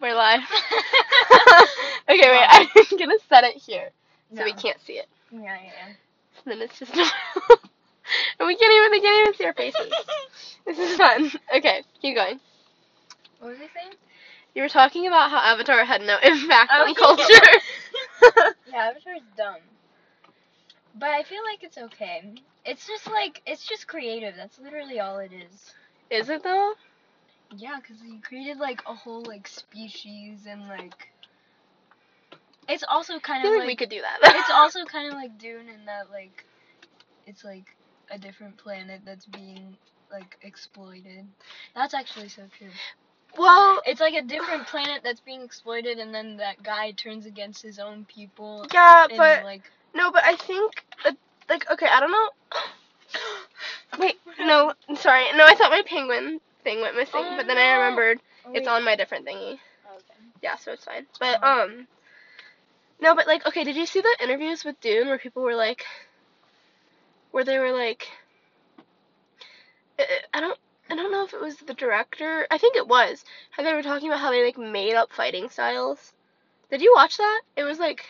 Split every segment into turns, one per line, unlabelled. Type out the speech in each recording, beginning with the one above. We're live. okay, wait. I'm gonna set it here so we
No.
can't see it.
Um, Yeah, yeah,
Then it's just and we can't even they can't even see our faces. this is fun. Okay, keep going.
What was I saying?
You were talking about how Avatar had no impact
Oh,
on
yeah.
culture.
Yeah, Avatar's dumb. But I feel like it's okay. It's just like, it's just creative. That's literally all it is.
is it though?
Yeah, because he created like a whole like species and like. It's also
I
kind
feel
of
like,
like.
we could do that.
it's also kind of like Dune in that like. It's like a different planet that's being like exploited. That's actually so true.
well.
It's like a different planet that's being exploited, and then that guy turns against his own people.
Yeah,
and,
but
like,
no, but I think that, like okay, I don't know. Wait, no, sorry, no. I thought my penguin thing went missing,
Oh,
but then I
no.
remembered it's
Wait.
on my different thingy.
Okay.
Yeah, so it's fine. But
Oh.
um No, but like okay, did you see the interviews with Dune where people were like where they were like I- I don't I don't know if it was the director. I think it was. How they were talking about how they like made up fighting styles. Did you watch that? It was like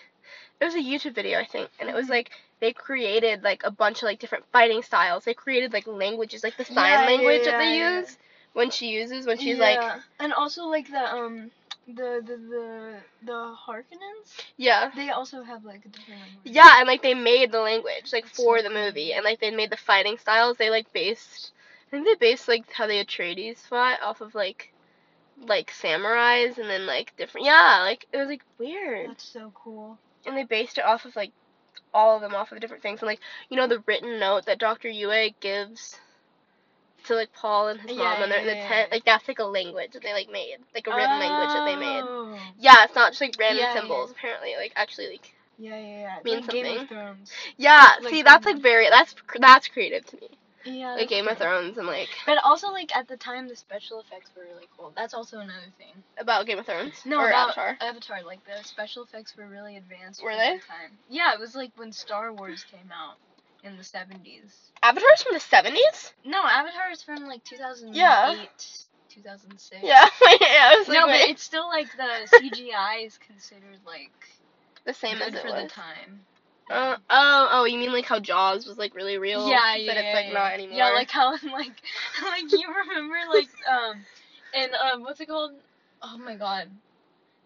it was a YouTube video, I think, and it was
Mhm.
like they created like a bunch of like different fighting styles. They created like languages, like the sign
Yeah, yeah,
language that they
yeah, yeah.
use when she uses when she's like
Yeah, and also like the um, the the the the Harkonnens.
yeah.
They also have like a different language.
Yeah, and like they made the language like
That's so
for the
cool.
movie, and like they made the fighting styles. They like based, I think they based like how the Atreides fought off of like, like samurais, and then like different. Yeah, like it was like weird,
That's so cool.
and they based it off of like all of them off of different things, and like you know the written note that Doctor Yue gives to like Paul and his
Yeah,
mom when they're in the
yeah, yeah,
tent.
yeah.
Like that's like a language that they like made, like a written language that they made.
Oh.
Yeah, it's not just like random
Yeah, yeah.
symbols. Apparently, like actually like
Yeah, yeah, yeah. It's
Means
like Game
something.
of Thrones.
Yeah,
Like
see, that's
Game
like
of-
very that's that's creative to me.
Yeah.
Like
that's
Game of
true.
Thrones and like
But also like at the time the special effects were really cool. That's also another thing.
about Game of Thrones
No,
or
about
Avatar.
Avatar, like the special effects were really advanced.
Were
for
they?
the Time. Yeah, it was like when Star Wars came out in the seventies.
Avatar's from the seventies.
No, Avatar is from like two thousand eight,
Yeah.
two thousand six.
Yeah, yeah. I was like,
No, but
wait,
it's still like the CGI is considered like
the same
good
as it
for
was.
the time.
Uh, oh, oh, you mean like how Jaws was like really real?
yeah,
but
yeah,
it's like
yeah.
not anymore.
Yeah, like how in like like you remember like um and um what's it called? Oh my god.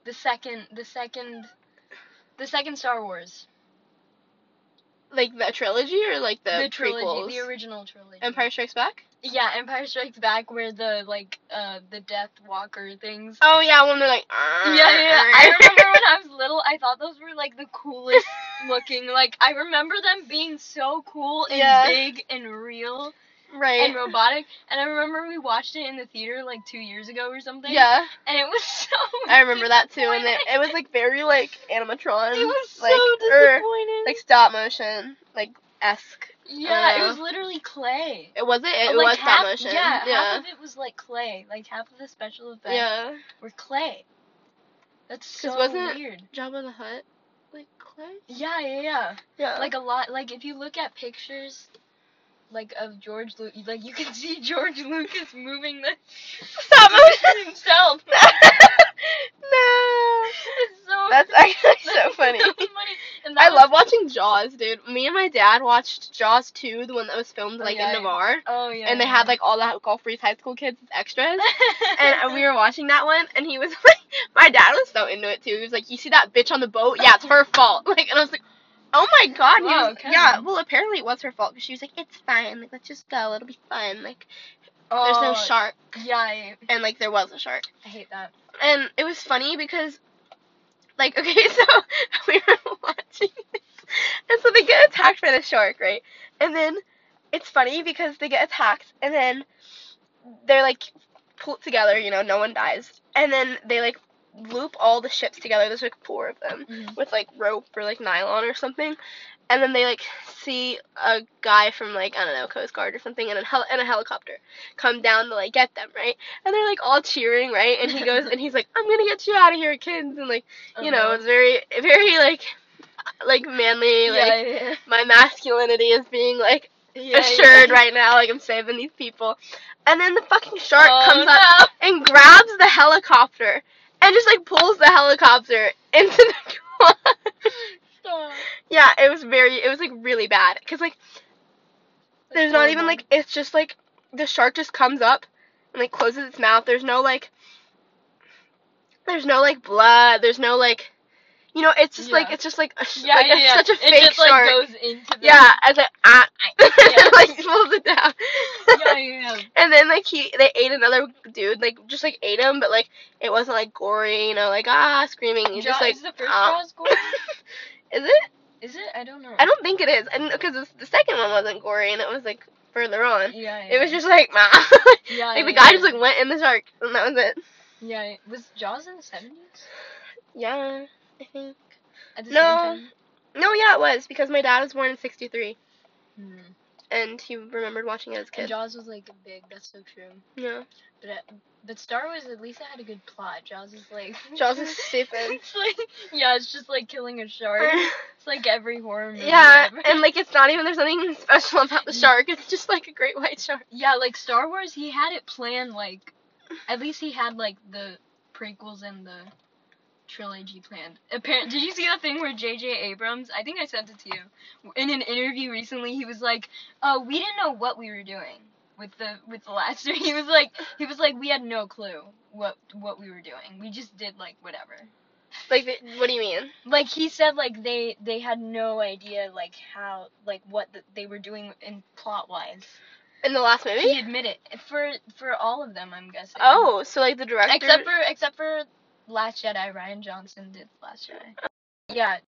The second the second the second Star Wars.
like the trilogy or like the,
the trilogy,
prequels.
the original trilogy.
Empire Strikes Back.
Yeah, Empire Strikes Back where the like uh the Death Walker things.
Oh yeah, when they're like.
Yeah, yeah, yeah. I remember when I was little, I thought those were like the coolest looking. Like I remember them being so cool and
Yeah.
big and real
right.
and robotic. And I remember we watched it in the theater like two years ago or something.
yeah,
and it was so.
I remember that too, and it,
disappointing.
it was like very like animatronic.
It was
like,
so
er,
disappointing.
like stop motion, like esque.
yeah,
uh,
it was literally clay.
It wasn't. It
But, Oh, like,
was
half-
stop motion.
Yeah, half
yeah.
of it was like clay. Like half of the special effects
Yeah.
were clay. That's so
wasn't-
weird.
Jabba the Hutt, like clay.
Yeah, yeah, yeah.
Yeah.
Like a lot. Like if you look at pictures, like of George, Lu- like you can see George Lucas moving the
stop motion.
himself.
no.
It's so.
That's actually so funny.
And that
I
was-
love watching Jaws, dude. Me and my dad watched Jaws 2, the one that was filmed
Oh,
like
yeah,
in
yeah.
Navarre,
Oh yeah.
and they
yeah.
had like all the Gulf Breeze High School kids as extras. and
and
we were watching that one, and he was like, my dad was so into it too. He was like, you see that bitch on the boat? Yeah, it's her fault. Like, and I was like, oh my god. He
Wow,
was-
okay.
yeah. Well, apparently it was her fault because she was like, it's fine. Like, let's just go. It'll be fun. Like, there's
Oh.
no shark,
Yeah, I,
and like there was a shark,
I hate that.
and it was funny because, like, okay, so we were watching, this, and so they get attacked by the shark, right? And then it's funny because they get attacked, and then they're like pulled together, you know, no one dies, and then they like loop all the ships together. There's like four of them with like rope or like nylon or something. And then they like see a guy from like I don't know Coast Guard or something in a hel- in a helicopter come down to like get them right, and they're like all cheering right, and he goes and he's like I'm gonna get you out of here kids, and like you know it's very very like like manly
Uh-huh. Mm-hmm. yeah,
like
yeah,
my masculinity is being like
yeah,
assured
yeah.
right now like I'm saving these people, and then the fucking shark
Oh,
comes
no.
up and grabs the helicopter and just like pulls the helicopter into the quad.
Stop.
yeah, it was very, it was like really bad because like there's not even like it's just like the shark just comes up and like closes its mouth. There's no like there's no like blood. There's no like you know it's just like
Yeah.
it's just like a, sh-
yeah,
like,
yeah,
it's
yeah.
such a
it
fake
just,
shark.
Like, goes into the,
yeah, as like ah,
Yeah.
like pulls it down.
yeah, yeah, yeah.
And then like he they ate another dude like just like ate him but like it wasn't like gory you know like ah screaming you
Jaws-
just like
is the first
ah.
Jaws gory?
is it
Is it? I don't know.
I don't think it is and because the second one wasn't gory and it was like further on
Yeah, yeah.
it was just like ma
yeah,
like the
yeah,
guy
yeah.
just like went in the shark and that was it
Yeah, yeah. was Jaws in the seventies?
yeah I think
At the
No.
same time.
no yeah it was because my dad was born in sixty three
Hmm. And
and he remembered watching it as a kid
Jaws was like big. That's so true.
yeah
But uh, but Star Wars at least it had a good plot. Jaws is like
Jaws is stupid.
it's like yeah, it's just like killing a shark. It's like every horror movie.
yeah
ever.
and like it's not even there's nothing special about the shark it's just like a great white shark.
yeah, like Star Wars, he had it planned. Like at least he had like the prequels and the trilogy planned. Apparent. Did you see that thing where J.J. Abrams? I think I sent it to you. In an interview recently, he was like, "Uh, we didn't know what we were doing." With the with the last, he was like he was like we had no clue what what we were doing. We just did like whatever.
Like, the, what do you mean?
like he said like they they had no idea like how like what the, they were doing in plot wise
In the last movie?
he admitted for for all of them i'm guessing
Oh, so like the director.
except for except for last jedi ryan johnson did last jedi yeah